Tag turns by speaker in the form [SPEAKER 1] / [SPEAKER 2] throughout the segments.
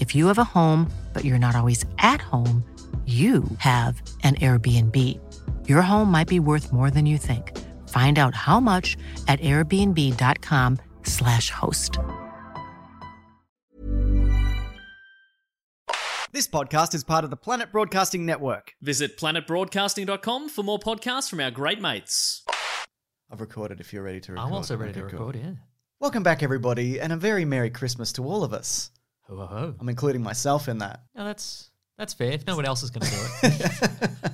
[SPEAKER 1] If you have a home, but you're not always at home, you have an Airbnb. Your home might be worth more than you think. Find out how much at airbnb.com/slash host.
[SPEAKER 2] This podcast is part of the Planet Broadcasting Network.
[SPEAKER 3] Visit planetbroadcasting.com for more podcasts from our great mates.
[SPEAKER 2] I've recorded if you're ready to record.
[SPEAKER 4] I'm also ready to
[SPEAKER 2] Okay, cool.
[SPEAKER 4] record, yeah.
[SPEAKER 2] Welcome back, everybody, and a very Merry Christmas to all of us.
[SPEAKER 4] Ho, ho, ho.
[SPEAKER 2] I'm including myself in that.
[SPEAKER 4] No, that's, that's fair. If no one else is going to do it.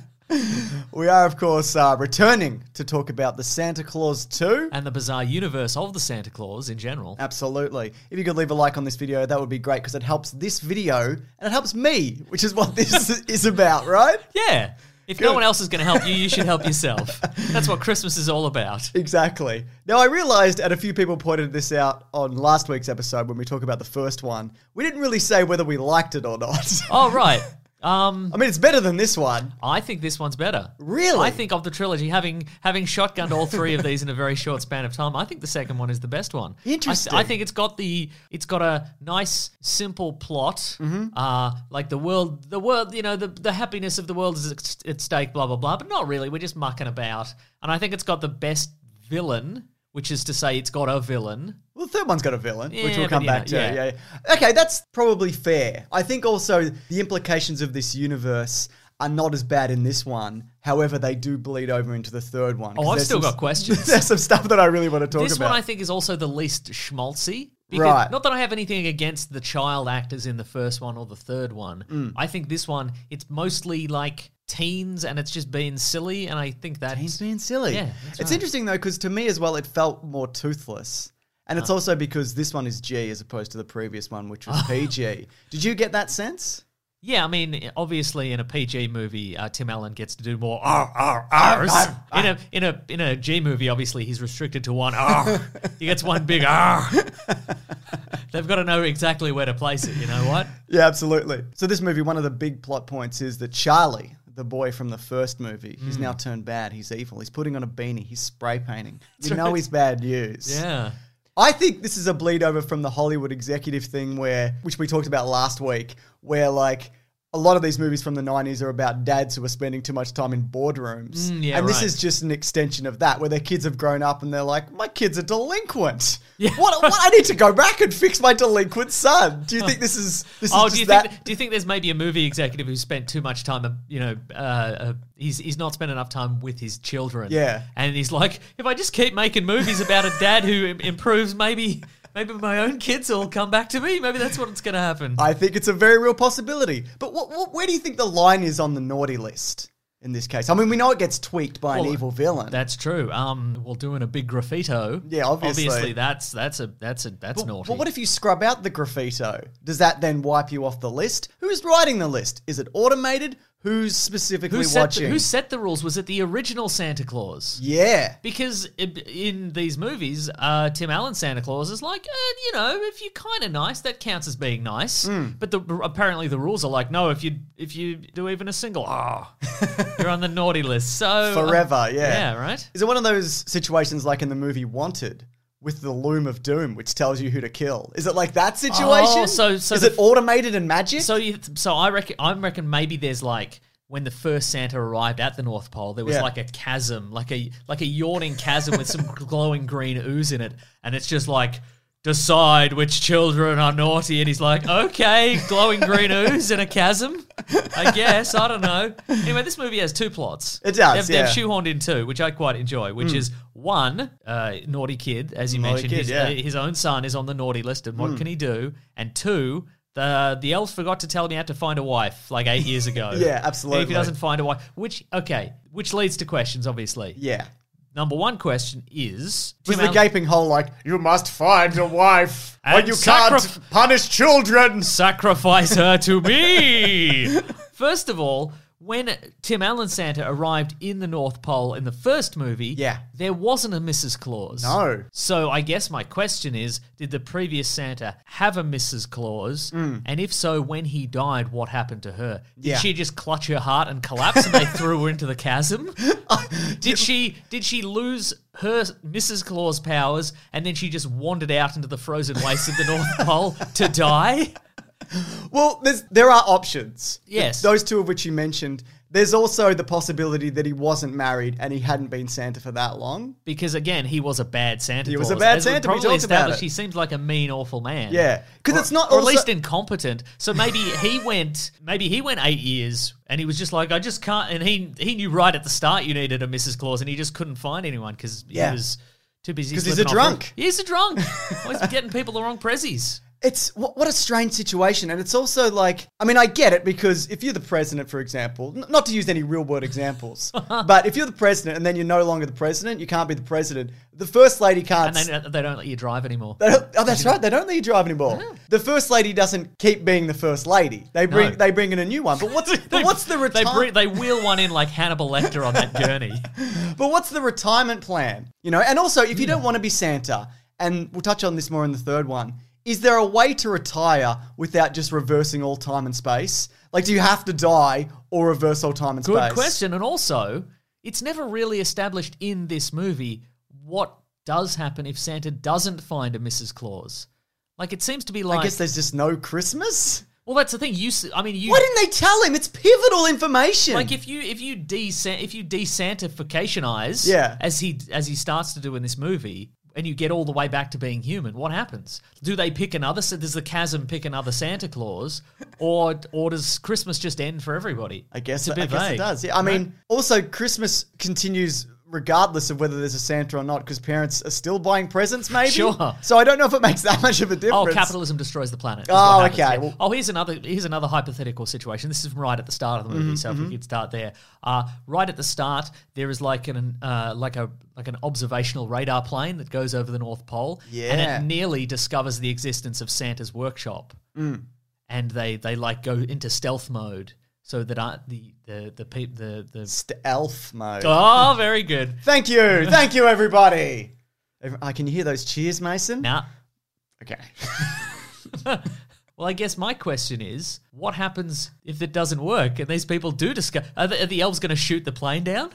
[SPEAKER 2] We are, of course, uh, returning to talk about the Santa Claus 2.
[SPEAKER 4] and the bizarre universe of the Santa Claus in general.
[SPEAKER 2] Absolutely. If you could leave a like on this video, that would be great because it helps this video and it helps me, which is what this is about, right?
[SPEAKER 4] Yeah. If no one else is going to help you, you should help yourself. That's what Christmas is all about.
[SPEAKER 2] Exactly. Now, I realized, and a few people pointed this out on last week's episode when we talk about the first one, we didn't really say whether we liked it or not.
[SPEAKER 4] Oh, right. Um,
[SPEAKER 2] I mean, it's better than this one.
[SPEAKER 4] I think this one's better.
[SPEAKER 2] Really?
[SPEAKER 4] I think of the trilogy, having having shotgunned all three of these in a very short span of time, I think the second one is the best one. I th-
[SPEAKER 2] Interesting.
[SPEAKER 4] I, think it's got the it's got a nice simple plot.
[SPEAKER 2] Mm-hmm.
[SPEAKER 4] Uh, like the world, the world, you know, the the happiness of the world is at at stake. Blah blah blah. But not really. We're just mucking about. And I think it's got the best villain, which is to say, it's got a villain. Oh,
[SPEAKER 2] Well, the third one's got a villain, which
[SPEAKER 4] Yeah,
[SPEAKER 2] we'll
[SPEAKER 4] but
[SPEAKER 2] come
[SPEAKER 4] you know,
[SPEAKER 2] back to. Yeah.
[SPEAKER 4] yeah.
[SPEAKER 2] yeah. Okay, that's probably fair. I think also the implications of this universe are not as bad in this one. However, they do bleed over into the third one. 'cause
[SPEAKER 4] Oh, I've
[SPEAKER 2] there's
[SPEAKER 4] still
[SPEAKER 2] some-
[SPEAKER 4] got questions.
[SPEAKER 2] There's some stuff that I really want to talk
[SPEAKER 4] this
[SPEAKER 2] about.
[SPEAKER 4] one I think is also the least schmaltzy. Because,
[SPEAKER 2] Right.
[SPEAKER 4] Not that I have anything against the child actors in the first one or the third one.
[SPEAKER 2] Mm.
[SPEAKER 4] I think this one, it's mostly like teens and it's just being silly. And I think that's.
[SPEAKER 2] He's being silly.
[SPEAKER 4] Yeah, that's
[SPEAKER 2] it's
[SPEAKER 4] right.
[SPEAKER 2] interesting though because to me as well, it felt more toothless. And
[SPEAKER 4] Ah.
[SPEAKER 2] it's also because this one is G as opposed to the previous one, which was PG. Did you get that sense?
[SPEAKER 4] Yeah, I mean, obviously in a PG movie, uh, Tim Allen gets to do more R R
[SPEAKER 2] Oh,
[SPEAKER 4] R's. In a in a in a G movie, obviously he's restricted to one R. he gets one big R. They've got to know exactly where to place it. You know what?
[SPEAKER 2] Yeah, absolutely. So this movie, one of the big plot points is that Charlie, the boy from the first movie, he's now turned bad. He's evil. He's putting on a beanie. He's spray painting. You know he's bad news.
[SPEAKER 4] Yeah.
[SPEAKER 2] I think this is a bleed over from the Hollywood executive thing where which we talked about last week, where like a lot of these movies from the 90s are about dads who are spending too much time in boardrooms.
[SPEAKER 4] Mm, yeah,
[SPEAKER 2] and this
[SPEAKER 4] right.
[SPEAKER 2] is just an extension of that, where their kids have grown up and they're like, my kid's a delinquent. What, what? I need to go back and fix my delinquent son. Do you think this is this
[SPEAKER 4] Oh,
[SPEAKER 2] is
[SPEAKER 4] do you
[SPEAKER 2] just that?
[SPEAKER 4] think do you think there's maybe a movie executive who spent too much time, uh, you know, uh, uh, he's he's not spent enough time with his children.
[SPEAKER 2] Yeah.
[SPEAKER 4] and he's like, if I just keep making movies about a dad who im- improves, maybe maybe my own kids will come back to me. Maybe that's what's going to happen.
[SPEAKER 2] I think it's a very real possibility. But what, what, where do you think the line is on the naughty list in this case? I mean, we know it gets tweaked by an
[SPEAKER 4] Well,
[SPEAKER 2] evil villain.
[SPEAKER 4] that's true. Um, well, doing a big graffito.
[SPEAKER 2] Yeah, obviously.
[SPEAKER 4] that's that's a that's a that's naughty.
[SPEAKER 2] But what if you scrub out the graffito? Does that then wipe you off the list? Who's writing the list? Is it automated? Who's specifically
[SPEAKER 4] who set
[SPEAKER 2] watching?
[SPEAKER 4] the, who set the rules? Was it the original Santa Claus?
[SPEAKER 2] yeah.
[SPEAKER 4] Because i- in these movies, uh, Tim Allen Santa Claus is like, eh, you know, if you're kind of nice, that counts as being nice.
[SPEAKER 2] Hmm.
[SPEAKER 4] But the, apparently, the rules are like, no, if you if you do even a single, ah, you're on the naughty list. So um,
[SPEAKER 2] Forever, yeah.
[SPEAKER 4] Oh, yeah, right.
[SPEAKER 2] Is it one of those situations like in the movie Wanted? With the loom of doom, which tells you who to kill, is it like that situation?
[SPEAKER 4] Oh, so- so
[SPEAKER 2] is
[SPEAKER 4] the-
[SPEAKER 2] it automated and magic?
[SPEAKER 4] So you, so I reckon I reckon maybe there's like when the first Santa arrived at the North Pole, there was
[SPEAKER 2] Yeah.
[SPEAKER 4] like a chasm, like a like a yawning chasm with some glowing green ooze in it, and it's just like decide which children are naughty. And he's like, okay, glowing green ooze in a chasm. I guess. I don't know. Anyway, this movie has two plots.
[SPEAKER 2] It does,
[SPEAKER 4] They've, they've
[SPEAKER 2] yeah. Hmm.
[SPEAKER 4] shoehorned in two, which I quite enjoy, which is one, uh, naughty kid, as you
[SPEAKER 2] Naughty
[SPEAKER 4] mentioned.
[SPEAKER 2] kid,
[SPEAKER 4] his,
[SPEAKER 2] yeah. Hmm.
[SPEAKER 4] uh, his own son is on the naughty list, and what can he do? And two, the, the elf forgot to tell him he had to find a wife like eight years ago.
[SPEAKER 2] Yeah,
[SPEAKER 4] And if he
[SPEAKER 2] absolutely.
[SPEAKER 4] doesn't find a wife, which, okay, which leads to questions, obviously.
[SPEAKER 2] Yeah.
[SPEAKER 4] Number one question is
[SPEAKER 2] Was
[SPEAKER 4] Tim
[SPEAKER 2] the
[SPEAKER 4] Allen-
[SPEAKER 2] gaping hole like, you must find a wife or
[SPEAKER 4] And
[SPEAKER 2] you
[SPEAKER 4] sacrif-
[SPEAKER 2] can't punish children?
[SPEAKER 4] sacrifice her to me. First of all, when Tim Allen Santa arrived in the North Pole in the first movie,
[SPEAKER 2] Yeah.
[SPEAKER 4] there wasn't a Mrs. Claus.
[SPEAKER 2] No.
[SPEAKER 4] So I guess my question is, did the previous Santa have a Mrs. Claus? And if so, when he died, what happened to her? Did
[SPEAKER 2] Hmm. Yeah.
[SPEAKER 4] she just clutch her heart and collapse and they threw her into the chasm? Did she did she lose her Mrs. Claus powers and then she just wandered out into the frozen wastes of the North Pole to die?
[SPEAKER 2] Well, there's, there are options.
[SPEAKER 4] Yes.
[SPEAKER 2] Those two of which you mentioned. There's also the possibility that he wasn't married and he hadn't been Santa for that long.
[SPEAKER 4] Because again, he was a bad Santa.
[SPEAKER 2] He was a
[SPEAKER 4] Claus.
[SPEAKER 2] bad
[SPEAKER 4] As
[SPEAKER 2] Santa, we
[SPEAKER 4] We probably
[SPEAKER 2] talked about
[SPEAKER 4] established
[SPEAKER 2] it.
[SPEAKER 4] he seems like a mean, awful man.
[SPEAKER 2] Yeah. Because it's not
[SPEAKER 4] or
[SPEAKER 2] also-
[SPEAKER 4] at least incompetent. So maybe he went. Maybe he went eight years, and he was just like, I just can't. And he he knew right at the start you needed a Mrs. Claus, and he just couldn't find anyone because
[SPEAKER 2] Yeah.
[SPEAKER 4] he was too busy.
[SPEAKER 2] 'Cause he's
[SPEAKER 4] slipping
[SPEAKER 2] a
[SPEAKER 4] off
[SPEAKER 2] drunk.
[SPEAKER 4] roof. He's a drunk. Always getting people the wrong prezzies.
[SPEAKER 2] It's what, what a strange situation. And it's also like, I mean, I get it because if you're the president, for example, n- not to use any real world examples, but if you're the president and then you're no longer the president, you can't be the president. The first lady can't.
[SPEAKER 4] And they, they don't let you drive anymore.
[SPEAKER 2] They don't- oh, that's right. They don't let you drive anymore. The first lady doesn't keep being the first lady. They bring
[SPEAKER 4] Uh-huh. No.
[SPEAKER 2] they bring in a new one. But what's but what's the
[SPEAKER 4] They
[SPEAKER 2] retirement?
[SPEAKER 4] bring, they wheel one in like Hannibal Lecter on that gurney.
[SPEAKER 2] But what's the retirement plan? You know, and also if you
[SPEAKER 4] Hmm.
[SPEAKER 2] don't want to be Santa, and we'll touch on this more in the third one, is there a way to retire without just reversing all time and space? Like, do you have to die or reverse all time and
[SPEAKER 4] Good
[SPEAKER 2] space?
[SPEAKER 4] question. And also, it's never really established in this movie what does happen if Santa doesn't find a Mrs. Claus. Like it seems to be like.
[SPEAKER 2] I guess there's just no Christmas.
[SPEAKER 4] well, that's the thing. You, s- I mean, you.
[SPEAKER 2] Why didn't they tell him? It's pivotal information.
[SPEAKER 4] like if you if you de if you desantificationize
[SPEAKER 2] Yeah.
[SPEAKER 4] as he as he starts to do in this movie and you get all the way back to being human what happens do they pick another Sa- does the chasm pick another Santa Claus or or does Christmas just end for everybody
[SPEAKER 2] I guess,
[SPEAKER 4] It's a
[SPEAKER 2] I
[SPEAKER 4] bit
[SPEAKER 2] guess it
[SPEAKER 4] vague,
[SPEAKER 2] does. Yeah, I
[SPEAKER 4] right?
[SPEAKER 2] mean, also Christmas continues regardless of whether there's a Santa or not because parents are still buying presents, maybe.
[SPEAKER 4] Sure.
[SPEAKER 2] So I don't know if it makes that much of a difference.
[SPEAKER 4] Oh, capitalism destroys the planet. is
[SPEAKER 2] Oh,
[SPEAKER 4] what happens,
[SPEAKER 2] okay,
[SPEAKER 4] yeah.
[SPEAKER 2] well-
[SPEAKER 4] oh, here's another here's another hypothetical situation. This is right at the start of the movie,
[SPEAKER 2] Mm-hmm,
[SPEAKER 4] so if we could start there. Uh, right at the start, there is like an uh, like a like an observational radar plane that goes over the North Pole,
[SPEAKER 2] Yeah.
[SPEAKER 4] and it nearly discovers the existence of Santa's workshop,
[SPEAKER 2] Mm.
[SPEAKER 4] and they they like go into stealth mode so that uh, the the the pe- the the
[SPEAKER 2] Just elf mode.
[SPEAKER 4] oh, very good.
[SPEAKER 2] Thank you, thank you, everybody. Every- oh, can you hear those cheers, Mason?
[SPEAKER 4] Now,
[SPEAKER 2] Okay.
[SPEAKER 4] Well, I guess my question is, what happens if it doesn't work and these people do discover? Are the, are the elves going to shoot the plane down?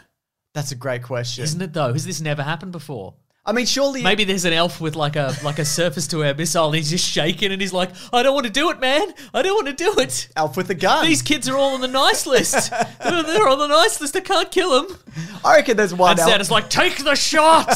[SPEAKER 2] That's a great question.
[SPEAKER 4] Isn't it though? Has this never happened before?
[SPEAKER 2] I mean, surely
[SPEAKER 4] Maybe there's an elf with like a like a surface to air missile. And he's just shaking and he's like, "I don't want to do it, man. I don't want to do it."
[SPEAKER 2] elf with a gun.
[SPEAKER 4] These kids are all on the nice list. They're, they're on the nice list. I can't kill them.
[SPEAKER 2] I reckon there's one
[SPEAKER 4] And
[SPEAKER 2] elf.
[SPEAKER 4] Santa's like, "Take the shot."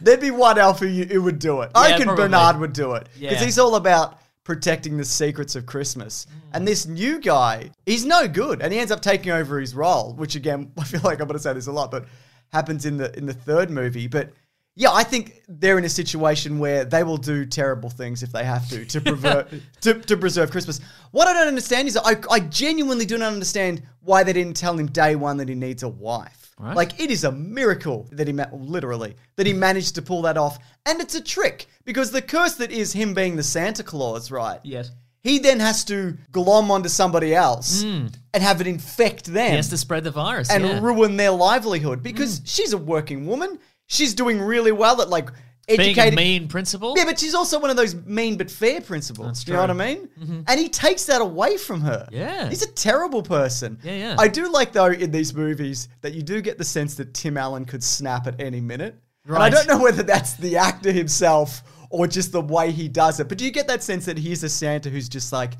[SPEAKER 2] There'd be one elf who, you, who would do it. I
[SPEAKER 4] Yeah,
[SPEAKER 2] reckon
[SPEAKER 4] probably.
[SPEAKER 2] Bernard would do it because
[SPEAKER 4] Yeah.
[SPEAKER 2] he's all about protecting the secrets of Christmas. And this new guy, he's no good, and he ends up taking over his role, which again, I feel like I'm going to say this a lot, but happens in the in the third movie. But yeah, I think they're in a situation where they will do terrible things if they have to to preserve to, to preserve Christmas. What I don't understand is I, I genuinely do not understand why they didn't tell him day one that he needs a wife.
[SPEAKER 4] Right.
[SPEAKER 2] Like it is a miracle that he ma- literally that he managed to pull that off, and it's a trick because the curse that is him being the Santa Claus, right?
[SPEAKER 4] Yes.
[SPEAKER 2] He then has to glom onto somebody else and have it infect them
[SPEAKER 4] Hmm. He has to spread the virus.
[SPEAKER 2] and
[SPEAKER 4] yeah. Hmm.
[SPEAKER 2] ruin their livelihood because she's a working woman. She's doing really well at like
[SPEAKER 4] being
[SPEAKER 2] educating.
[SPEAKER 4] a mean principal.
[SPEAKER 2] yeah, but she's also one of those mean but fair principles.
[SPEAKER 4] That's
[SPEAKER 2] You know what I
[SPEAKER 4] true. Mm-hmm.
[SPEAKER 2] mean? And he takes that away from her.
[SPEAKER 4] Yeah.
[SPEAKER 2] He's a terrible person.
[SPEAKER 4] Yeah, yeah.
[SPEAKER 2] I do like, though, in these movies that you do get the sense that Tim Allen could snap at any minute. And I
[SPEAKER 4] Right.
[SPEAKER 2] don't know whether that's the actor himself or just the way he does it. But do you get that sense that he's a Santa who's just like,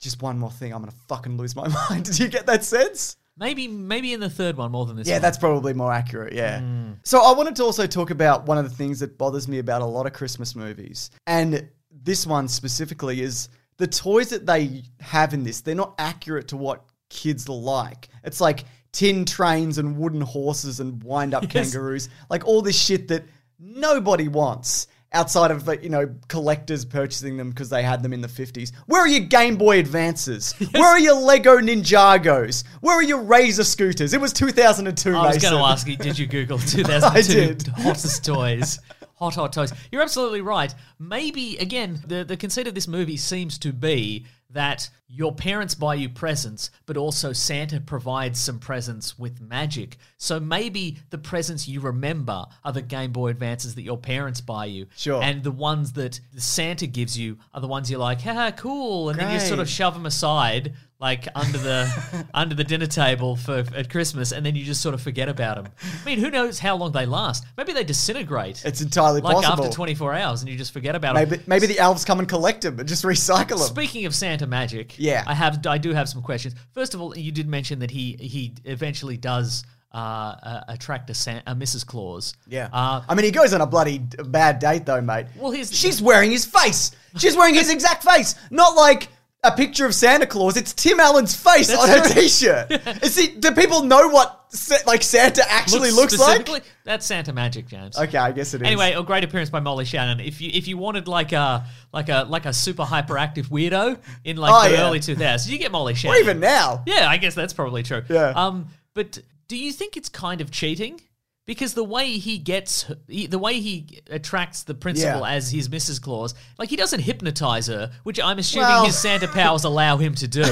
[SPEAKER 2] just one more thing, I'm going to fucking lose my mind? Do you get that sense?
[SPEAKER 4] Maybe maybe in the third one more than this.
[SPEAKER 2] Yeah,
[SPEAKER 4] one.
[SPEAKER 2] that's probably more accurate. Yeah. So I wanted to also talk about one of the things that bothers me about a lot of Christmas movies, and this one specifically is the toys that they have in this. They're not accurate to what kids like. It's like tin trains and wooden horses and wind-up kangaroos, like all this shit that nobody wants. Outside of like, you know collectors purchasing them because they had them in the fifties, where are your Game Boy Advances? Where are your Lego Ninjagos? Where are your Razor scooters? It was two thousand and two.
[SPEAKER 4] I was going to ask you, did you Google 2002
[SPEAKER 2] did.
[SPEAKER 4] hottest toys? Hot, hot toys. You're absolutely right. Maybe, again, the, the conceit of this movie seems to be that your parents buy you presents, but also Santa provides some presents with magic. So maybe the presents you remember are the Game Boy Advances that your parents buy you.
[SPEAKER 2] Sure.
[SPEAKER 4] And the ones that Santa gives you are the ones you're like, haha, cool. And then you sort of
[SPEAKER 2] Great.
[SPEAKER 4] shove them aside like under the under the dinner table for at Christmas, and then you just sort of forget about them. I mean, who knows how long they last? Maybe they disintegrate.
[SPEAKER 2] It's entirely
[SPEAKER 4] like
[SPEAKER 2] possible.
[SPEAKER 4] after 24 hours, and you just forget about
[SPEAKER 2] Maybe
[SPEAKER 4] them.
[SPEAKER 2] maybe the elves come and collect them and just recycle them.
[SPEAKER 4] Speaking of Santa magic,
[SPEAKER 2] Yeah.
[SPEAKER 4] I have I do have some questions. First of all, you did mention that he he eventually does. Uh, uh, attract a, San- a Mrs. Claus.
[SPEAKER 2] yeah.
[SPEAKER 4] Uh,
[SPEAKER 2] I mean, he goes on a bloody d- bad date though, mate.
[SPEAKER 4] Well, here's the-
[SPEAKER 2] she's wearing his face. She's wearing his exact face. Not like a picture of Santa Claus. It's Tim Allen's face on her T-shirt. Is he, do people know what Sa- like Santa actually looks, like?
[SPEAKER 4] specifically- That's Santa magic, James.
[SPEAKER 2] Okay, I guess it is.
[SPEAKER 4] Anyway, a great appearance by Molly Shannon. If you if you wanted like a like a like a super hyperactive weirdo in like
[SPEAKER 2] Oh,
[SPEAKER 4] the
[SPEAKER 2] yeah.
[SPEAKER 4] early 2000s, you get Molly Shannon.
[SPEAKER 2] or even now.
[SPEAKER 4] Yeah, I guess that's probably true.
[SPEAKER 2] Yeah.
[SPEAKER 4] Um, but do you think it's kind of cheating? Because the way he gets, he, the way he attracts the principal
[SPEAKER 2] Yeah.
[SPEAKER 4] as his Mrs. Claus, like he doesn't hypnotize her, which I'm assuming
[SPEAKER 2] Well-
[SPEAKER 4] his Santa powers allow him to do.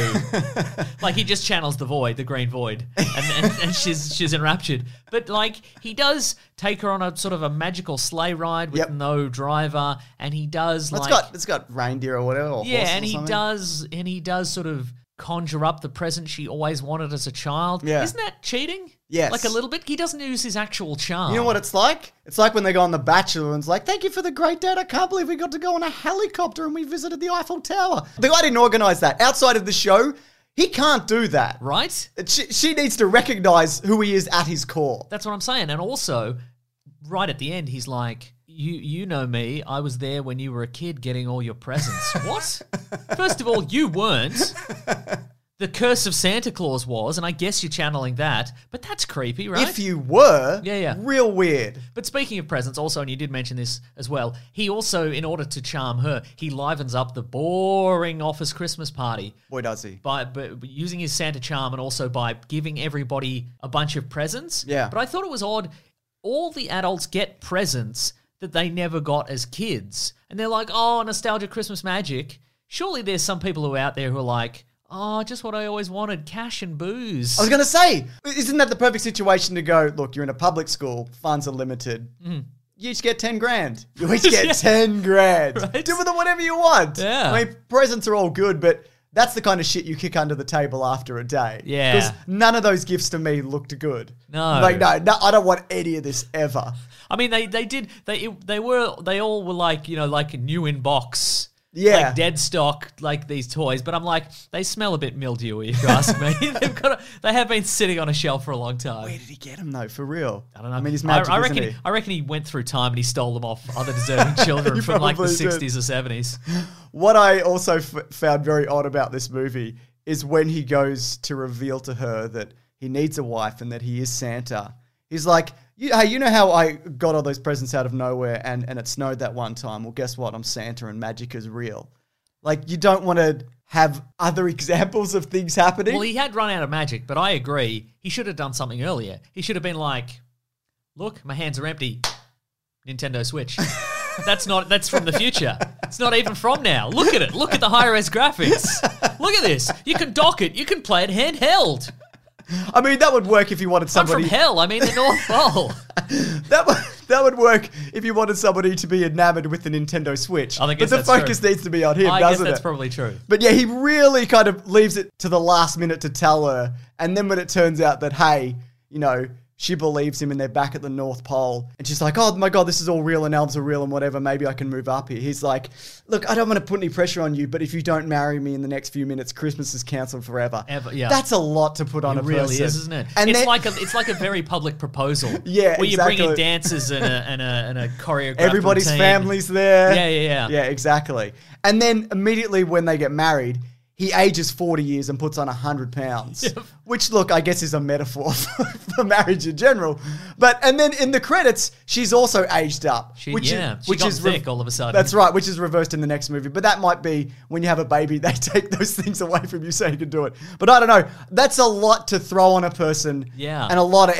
[SPEAKER 4] like he just channels the void, the green void, and, and, and she's she's enraptured. But like he does take her on a sort of a magical sleigh ride with
[SPEAKER 2] Yep.
[SPEAKER 4] no driver, and he does
[SPEAKER 2] It's
[SPEAKER 4] like
[SPEAKER 2] got it's got reindeer or whatever. Or
[SPEAKER 4] yeah,
[SPEAKER 2] horses or
[SPEAKER 4] and he
[SPEAKER 2] something.
[SPEAKER 4] does, and he does sort of conjure up the present she always wanted as a child.
[SPEAKER 2] Yeah.
[SPEAKER 4] Isn't that cheating?
[SPEAKER 2] Yes.
[SPEAKER 4] like a little bit. He doesn't use his actual charm.
[SPEAKER 2] You know what it's like? It's like when they go on The Bachelor and it's like, thank you for the great date. I can't believe we got to go on a helicopter and we visited the Eiffel Tower. The guy didn't organize that. Outside of the show, he can't do that.
[SPEAKER 4] right?
[SPEAKER 2] She, she needs to recognize who he is at his core.
[SPEAKER 4] That's what I'm saying. And also, right at the end, he's like, "You, you know me. I was there when you were a kid, getting all your presents. what? First of all, you weren't." The curse of Santa Claus was, and I guess you're channeling that, but that's creepy, right?
[SPEAKER 2] If you were,
[SPEAKER 4] Yeah, yeah.
[SPEAKER 2] real weird.
[SPEAKER 4] But speaking of presents, also, and you did mention this as well, he also, in order to charm her, he livens up the boring office Christmas party
[SPEAKER 2] Boy, does he.
[SPEAKER 4] by, by using his Santa charm and also by giving everybody a bunch of presents.
[SPEAKER 2] Yeah.
[SPEAKER 4] But I thought it was odd. All the adults get presents that they never got as kids. And they're like, oh, nostalgia Christmas magic. Surely there's some people who are out there who are like, oh, just what I always wanted cash and booze.
[SPEAKER 2] I was going to say, isn't that the perfect situation to go, look, you're in a public school, funds are limited. You each get 10 grand. You each get
[SPEAKER 4] Mm. Yeah.
[SPEAKER 2] 10 grand.
[SPEAKER 4] Right.
[SPEAKER 2] Do with it whatever you want.
[SPEAKER 4] Yeah.
[SPEAKER 2] I mean, presents are all good, but that's the kind of shit you kick under the table after a day.
[SPEAKER 4] Yeah.
[SPEAKER 2] Because none of those gifts to me looked good.
[SPEAKER 4] No.
[SPEAKER 2] Like, no, no, I don't want any of this ever.
[SPEAKER 4] I mean, they they did they it, they were they all were like you know like new in box.
[SPEAKER 2] Yeah.
[SPEAKER 4] like dead stock, like these toys. But I'm like, they smell a bit mildewy, if you ask me. They've got, a, they have been sitting on a shelf for a long time.
[SPEAKER 2] Where did he get them, though, for real? I
[SPEAKER 4] don't know.
[SPEAKER 2] I mean, he's magic,
[SPEAKER 4] I,
[SPEAKER 2] isn't
[SPEAKER 4] reckon.
[SPEAKER 2] he?
[SPEAKER 4] I reckon he went through time and he stole them off other deserving children
[SPEAKER 2] You
[SPEAKER 4] from like the
[SPEAKER 2] probably did.
[SPEAKER 4] 60s or 70s.
[SPEAKER 2] What I also f- found very odd about this movie is when he goes to reveal to her that he needs a wife and that he is Santa. He's like, you, "Hey, you know how I got all those presents out of nowhere and and it snowed that one time? Well, guess what? I'm Santa and magic is real." Like you don't want to have other examples of things happening.
[SPEAKER 4] Well, he had run out of magic, but I agree. He should have done something earlier. He should have been like, "Look, my hands are empty. Nintendo Switch." that's not. That's from the future. It's not even from now. Look at it. Look at the high res graphics. Look at this. You can dock it. You can play it handheld.
[SPEAKER 2] I mean, that would work if you wanted
[SPEAKER 4] I'm from
[SPEAKER 2] somebody
[SPEAKER 4] hell. I mean the North Pole.
[SPEAKER 2] that would, that would work if you wanted somebody to be enamored with the Nintendo Switch.
[SPEAKER 4] Oh, I think
[SPEAKER 2] but the
[SPEAKER 4] that's true.
[SPEAKER 2] focus needs to be on him,
[SPEAKER 4] I guess
[SPEAKER 2] doesn't
[SPEAKER 4] that's
[SPEAKER 2] it?
[SPEAKER 4] probably true.
[SPEAKER 2] But yeah, he really kind of leaves it to the last minute to tell her. And then when it turns out that, hey, you know, She believes him and they're back at the North Pole. And she's like, oh my God, this is all real and elves are real and whatever. Maybe I can move up here. He's like, look, I don't want to put any pressure on you, but if you don't marry me in the next few minutes, Christmas is cancelled forever.
[SPEAKER 4] Ever, yeah.
[SPEAKER 2] That's a lot to put on
[SPEAKER 4] It
[SPEAKER 2] a
[SPEAKER 4] really
[SPEAKER 2] person.
[SPEAKER 4] is, isn't it?
[SPEAKER 2] And
[SPEAKER 4] it's
[SPEAKER 2] then-
[SPEAKER 4] like a it's like a very public proposal.
[SPEAKER 2] Yeah,
[SPEAKER 4] where you bring in
[SPEAKER 2] exactly.
[SPEAKER 4] dancers and a and a, and a choreographed
[SPEAKER 2] Everybody's
[SPEAKER 4] routine.
[SPEAKER 2] family's there.
[SPEAKER 4] Yeah, yeah, yeah.
[SPEAKER 2] Yeah, exactly. And then immediately when they get married, he ages 40 years and puts on 100 pounds, which, look, I guess is a metaphor for, for marriage in general. But, and then in the credits, she's also aged up.
[SPEAKER 4] She-
[SPEAKER 2] which
[SPEAKER 4] yeah,
[SPEAKER 2] is,
[SPEAKER 4] she
[SPEAKER 2] which
[SPEAKER 4] got
[SPEAKER 2] is re-
[SPEAKER 4] thick all of a sudden.
[SPEAKER 2] That's right, which is reversed in the next movie. But that might be when you have a baby, they take those things away from you so you can do it. But I don't know. That's a lot to throw on a person
[SPEAKER 4] Yeah.
[SPEAKER 2] and a lot of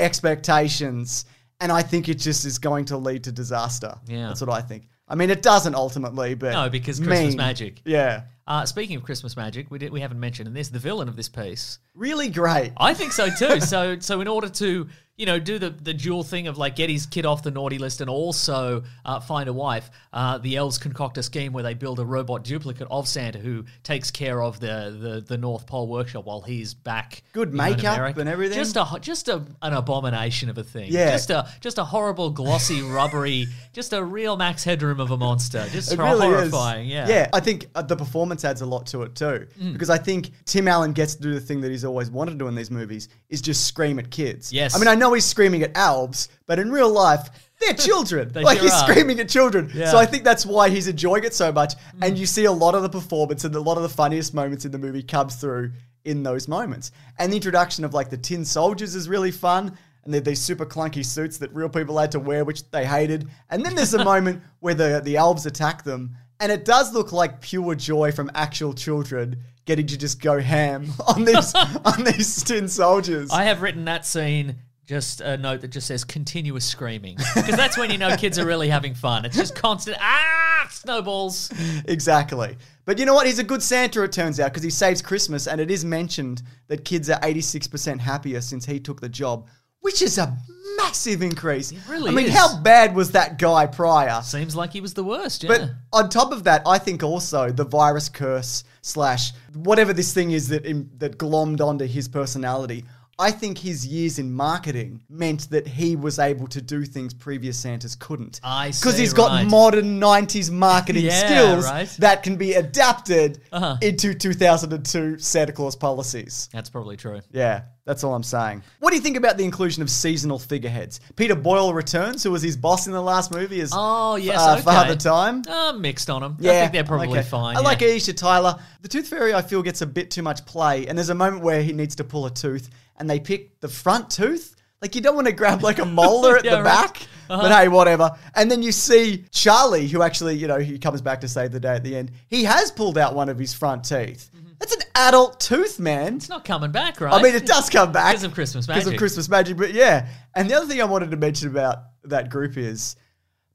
[SPEAKER 2] expectations. And I think it just is going to lead to disaster.
[SPEAKER 4] Yeah.
[SPEAKER 2] That's what I think. I mean, it doesn't ultimately, but.
[SPEAKER 4] No, because Christmas
[SPEAKER 2] mean.
[SPEAKER 4] magic.
[SPEAKER 2] Yeah.
[SPEAKER 4] Uh, speaking of Christmas magic, we did, we haven't mentioned, and this the villain of this piece.
[SPEAKER 2] Really great.
[SPEAKER 4] I think so too. so so in order to you know do the the dual thing of like get his kid off the naughty list and also uh, find a wife, uh, the elves concoct a scheme where they build a robot duplicate of Santa who takes care of the the, the North Pole workshop while he's back.
[SPEAKER 2] Good
[SPEAKER 4] you know, in
[SPEAKER 2] makeup
[SPEAKER 4] America.
[SPEAKER 2] and everything.
[SPEAKER 4] Just a ho- just a, an abomination of a thing.
[SPEAKER 2] Yeah.
[SPEAKER 4] Just a just a horrible glossy rubbery. just a real Max Headroom of a monster. Just
[SPEAKER 2] It
[SPEAKER 4] hor-
[SPEAKER 2] really is.
[SPEAKER 4] horrifying. Yeah. Mm.
[SPEAKER 2] Yeah. I think uh, the performance adds a lot to it too, because I think Tim Allen gets to do the thing that he's always wanted to do in these movies is just scream at kids.
[SPEAKER 4] Yes.
[SPEAKER 2] I mean, I know he's screaming at elves, but in real life, they're children.
[SPEAKER 4] They
[SPEAKER 2] like
[SPEAKER 4] sure
[SPEAKER 2] he's
[SPEAKER 4] are.
[SPEAKER 2] screaming at children.
[SPEAKER 4] Yeah.
[SPEAKER 2] So I think that's why he's enjoying it so much. And you see a lot of the performance and a lot of the funniest moments in the movie comes through in those moments. And the introduction of like the tin soldiers is really fun. And they're these super clunky suits that real people had to wear, which they hated. And then there's a moment where the, the elves attack them. And it does look like pure joy from actual children getting to just go ham on these on these tin soldiers.
[SPEAKER 4] I have written that scene just a note that just says continuous screaming because that's when you know kids are really having fun. It's just constant ah snowballs.
[SPEAKER 2] exactly. But you know what? He's a good Santa, it turns out, because he saves Christmas, and it is mentioned that kids are 86% happier since he took the job, which is a massive increase. It
[SPEAKER 4] really
[SPEAKER 2] I mean,
[SPEAKER 4] is.
[SPEAKER 2] how bad was that guy prior?
[SPEAKER 4] Seems like he was the worst. Yeah.
[SPEAKER 2] But on top of that, I think also the virus curse slash whatever this thing is that that glommed onto his personality. I think his years in marketing meant that he was able to do things previous Santas couldn't.
[SPEAKER 4] I
[SPEAKER 2] Because
[SPEAKER 4] see,
[SPEAKER 2] he's got
[SPEAKER 4] right.
[SPEAKER 2] modern 90s marketing
[SPEAKER 4] Yeah,
[SPEAKER 2] skills
[SPEAKER 4] right. Uh-huh.
[SPEAKER 2] that can be adapted into 2002 Santa Claus policies.
[SPEAKER 4] that's probably true.
[SPEAKER 2] Yeah, that's all I'm saying. What do you think about the inclusion of seasonal figureheads? Peter Boyle returns, who was his boss in the last movie, as
[SPEAKER 4] Oh yes,
[SPEAKER 2] uh,
[SPEAKER 4] okay.
[SPEAKER 2] Father Time.
[SPEAKER 4] Uh, mixed on them.
[SPEAKER 2] Yeah,
[SPEAKER 4] I think they're probably
[SPEAKER 2] okay.
[SPEAKER 4] fine.
[SPEAKER 2] I like
[SPEAKER 4] yeah.
[SPEAKER 2] Aisha Tyler. The Tooth Fairy, I feel, gets a bit too much play, and there's a moment where he needs to pull a tooth, and they pick the front tooth. Like you don't want to grab like a molar at
[SPEAKER 4] Yeah,
[SPEAKER 2] the
[SPEAKER 4] right. Uh-huh.
[SPEAKER 2] back, but hey, whatever. And then you see Charlie, who actually, you know, he comes back to save the day at the end. He has pulled out one of his front teeth.
[SPEAKER 4] Mm-hmm.
[SPEAKER 2] That's an adult tooth, man.
[SPEAKER 4] It's not coming back, right?
[SPEAKER 2] I mean, it does come back
[SPEAKER 4] Because of Christmas
[SPEAKER 2] Because of
[SPEAKER 4] magic.
[SPEAKER 2] Christmas magic, but yeah. And the other thing I wanted to mention about that group is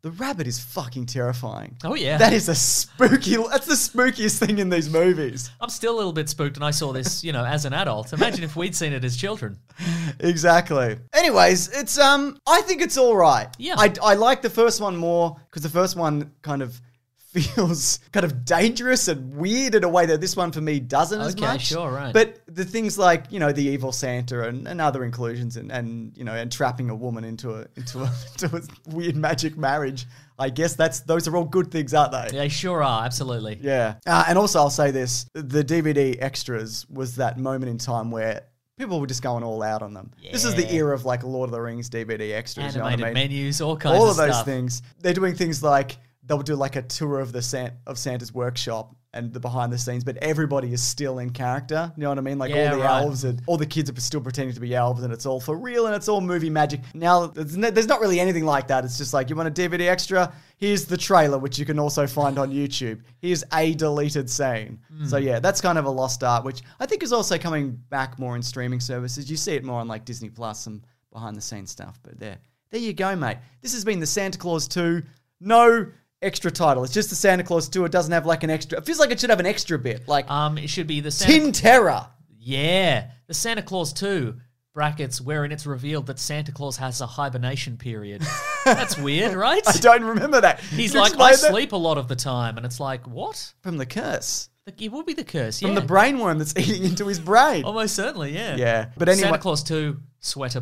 [SPEAKER 2] the rabbit is fucking terrifying.
[SPEAKER 4] Oh, yeah.
[SPEAKER 2] that is a spooky. That's the spookiest thing in these movies.
[SPEAKER 4] I'm still a little bit spooked, and I saw this, you know, as an adult. Imagine if we'd seen it as children.
[SPEAKER 2] Exactly. Anyways, it's um. I think it's all right.
[SPEAKER 4] Yeah.
[SPEAKER 2] I I like the first one more because the first one kind of. Feels kind of dangerous and weird in a way that this one for me doesn't as
[SPEAKER 4] Okay,
[SPEAKER 2] much.
[SPEAKER 4] sure, right.
[SPEAKER 2] But the things like you know the evil Santa and, and other inclusions and, and you know entrapping a woman into a into a, into a weird magic marriage. I guess that's those are all good things, aren't they?
[SPEAKER 4] They sure are, absolutely.
[SPEAKER 2] Yeah. Uh, and also, I'll say this the DVD extras was that moment in time where people were just going all out on them. This is the era of like Lord of the Rings DVD extras.
[SPEAKER 4] Animated
[SPEAKER 2] you know what I mean?
[SPEAKER 4] menus, all kinds
[SPEAKER 2] All
[SPEAKER 4] of,
[SPEAKER 2] of those
[SPEAKER 4] stuff.
[SPEAKER 2] things. They're doing things like they'll do like a tour of the San- of Santa's workshop and the behind the scenes, but everybody is still in character. You know what I mean? Like
[SPEAKER 4] Yeah,
[SPEAKER 2] all the
[SPEAKER 4] right.
[SPEAKER 2] elves and all the kids are still pretending to be elves, and it's all for real and it's all movie magic. Now there's, no, there's not really anything like that. It's just like you want a DVD extra. Here's the trailer, which you can also find on YouTube. Here's a deleted scene. So yeah, that's kind of a lost art, which I think is also coming back more in streaming services. You see it more on like Disney Plus and behind the scenes stuff. But there, there you go, mate. This has been the Santa Claus Two. No. Extra title. It's just the Santa Claus 2. It doesn't have like an extra. It feels like it should have an extra bit. Like
[SPEAKER 4] Um, it should be the Santa
[SPEAKER 2] Tin Terror.
[SPEAKER 4] Yeah, the Santa Claus 2 brackets wherein it's revealed that Santa Claus has a hibernation period. That's weird, right?
[SPEAKER 2] I don't remember that.
[SPEAKER 4] He's
[SPEAKER 2] Did you
[SPEAKER 4] like,
[SPEAKER 2] explain
[SPEAKER 4] I
[SPEAKER 2] that?
[SPEAKER 4] sleep a lot of the time, and it's like, what?
[SPEAKER 2] from the curse,
[SPEAKER 4] Like, It would be the curse,
[SPEAKER 2] from
[SPEAKER 4] yeah.
[SPEAKER 2] the brain worm that's eating into his brain.
[SPEAKER 4] Almost certainly, yeah.
[SPEAKER 2] Yeah, but anyway,
[SPEAKER 4] Santa Claus 2 Sweater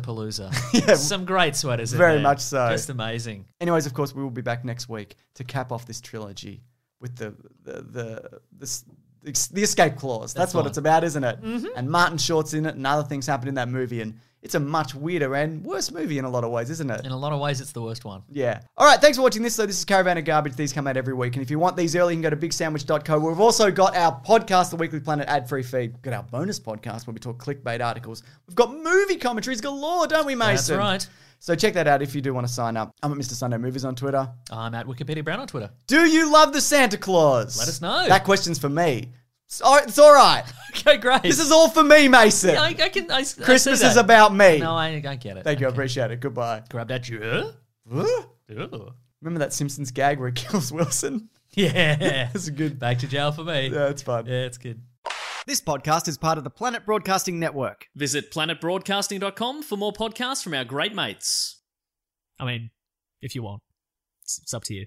[SPEAKER 4] Palooza. Some great sweaters. in
[SPEAKER 2] very
[SPEAKER 4] there.
[SPEAKER 2] much so.
[SPEAKER 4] Just amazing.
[SPEAKER 2] Anyways, of course, we will be back next week to cap off this trilogy with the the the this. The escape clause. That's, what
[SPEAKER 4] right.
[SPEAKER 2] it's about, isn't it?
[SPEAKER 4] Mm-hmm.
[SPEAKER 2] And Martin Short's in it, and other things happen in that movie, and it's a much weirder and worse movie in a lot of ways, isn't it?
[SPEAKER 4] In a lot of ways, it's the worst one.
[SPEAKER 2] Yeah. All right. Thanks for watching this. So this is Caravan of Garbage. These come out every week. And if you want these early, you can go to bigsandwich.co. We've also got our podcast, The Weekly Planet ad-free feed. We've got our bonus podcast where we talk clickbait articles. We've got movie commentaries galore, don't we, Mason?
[SPEAKER 4] That's right.
[SPEAKER 2] So check that out if you do want to sign up. I'm at Mr. Sunday Movies on Twitter.
[SPEAKER 4] I'm at Wikipedia Brown on Twitter.
[SPEAKER 2] Do you love the Santa Claus?
[SPEAKER 4] Let us know.
[SPEAKER 2] That question's for me. It's all, it's all right.
[SPEAKER 4] Okay, great.
[SPEAKER 2] This is all for me, Mason.
[SPEAKER 4] I, I can. I,
[SPEAKER 2] Christmas is about me.
[SPEAKER 4] No, I, I get it.
[SPEAKER 2] Thank you. I appreciate it. Goodbye.
[SPEAKER 4] Grab that. Yeah.
[SPEAKER 2] Remember that Simpsons gag where he kills Wilson?
[SPEAKER 4] Yeah.
[SPEAKER 2] That's a good.
[SPEAKER 4] Back to jail for me.
[SPEAKER 2] Yeah, it's fun.
[SPEAKER 4] Yeah, it's good.
[SPEAKER 2] This podcast is part of the Planet Broadcasting Network.
[SPEAKER 3] Visit planetbroadcasting.com for more podcasts from our great mates.
[SPEAKER 4] I mean, if you want, it's, it's up to you.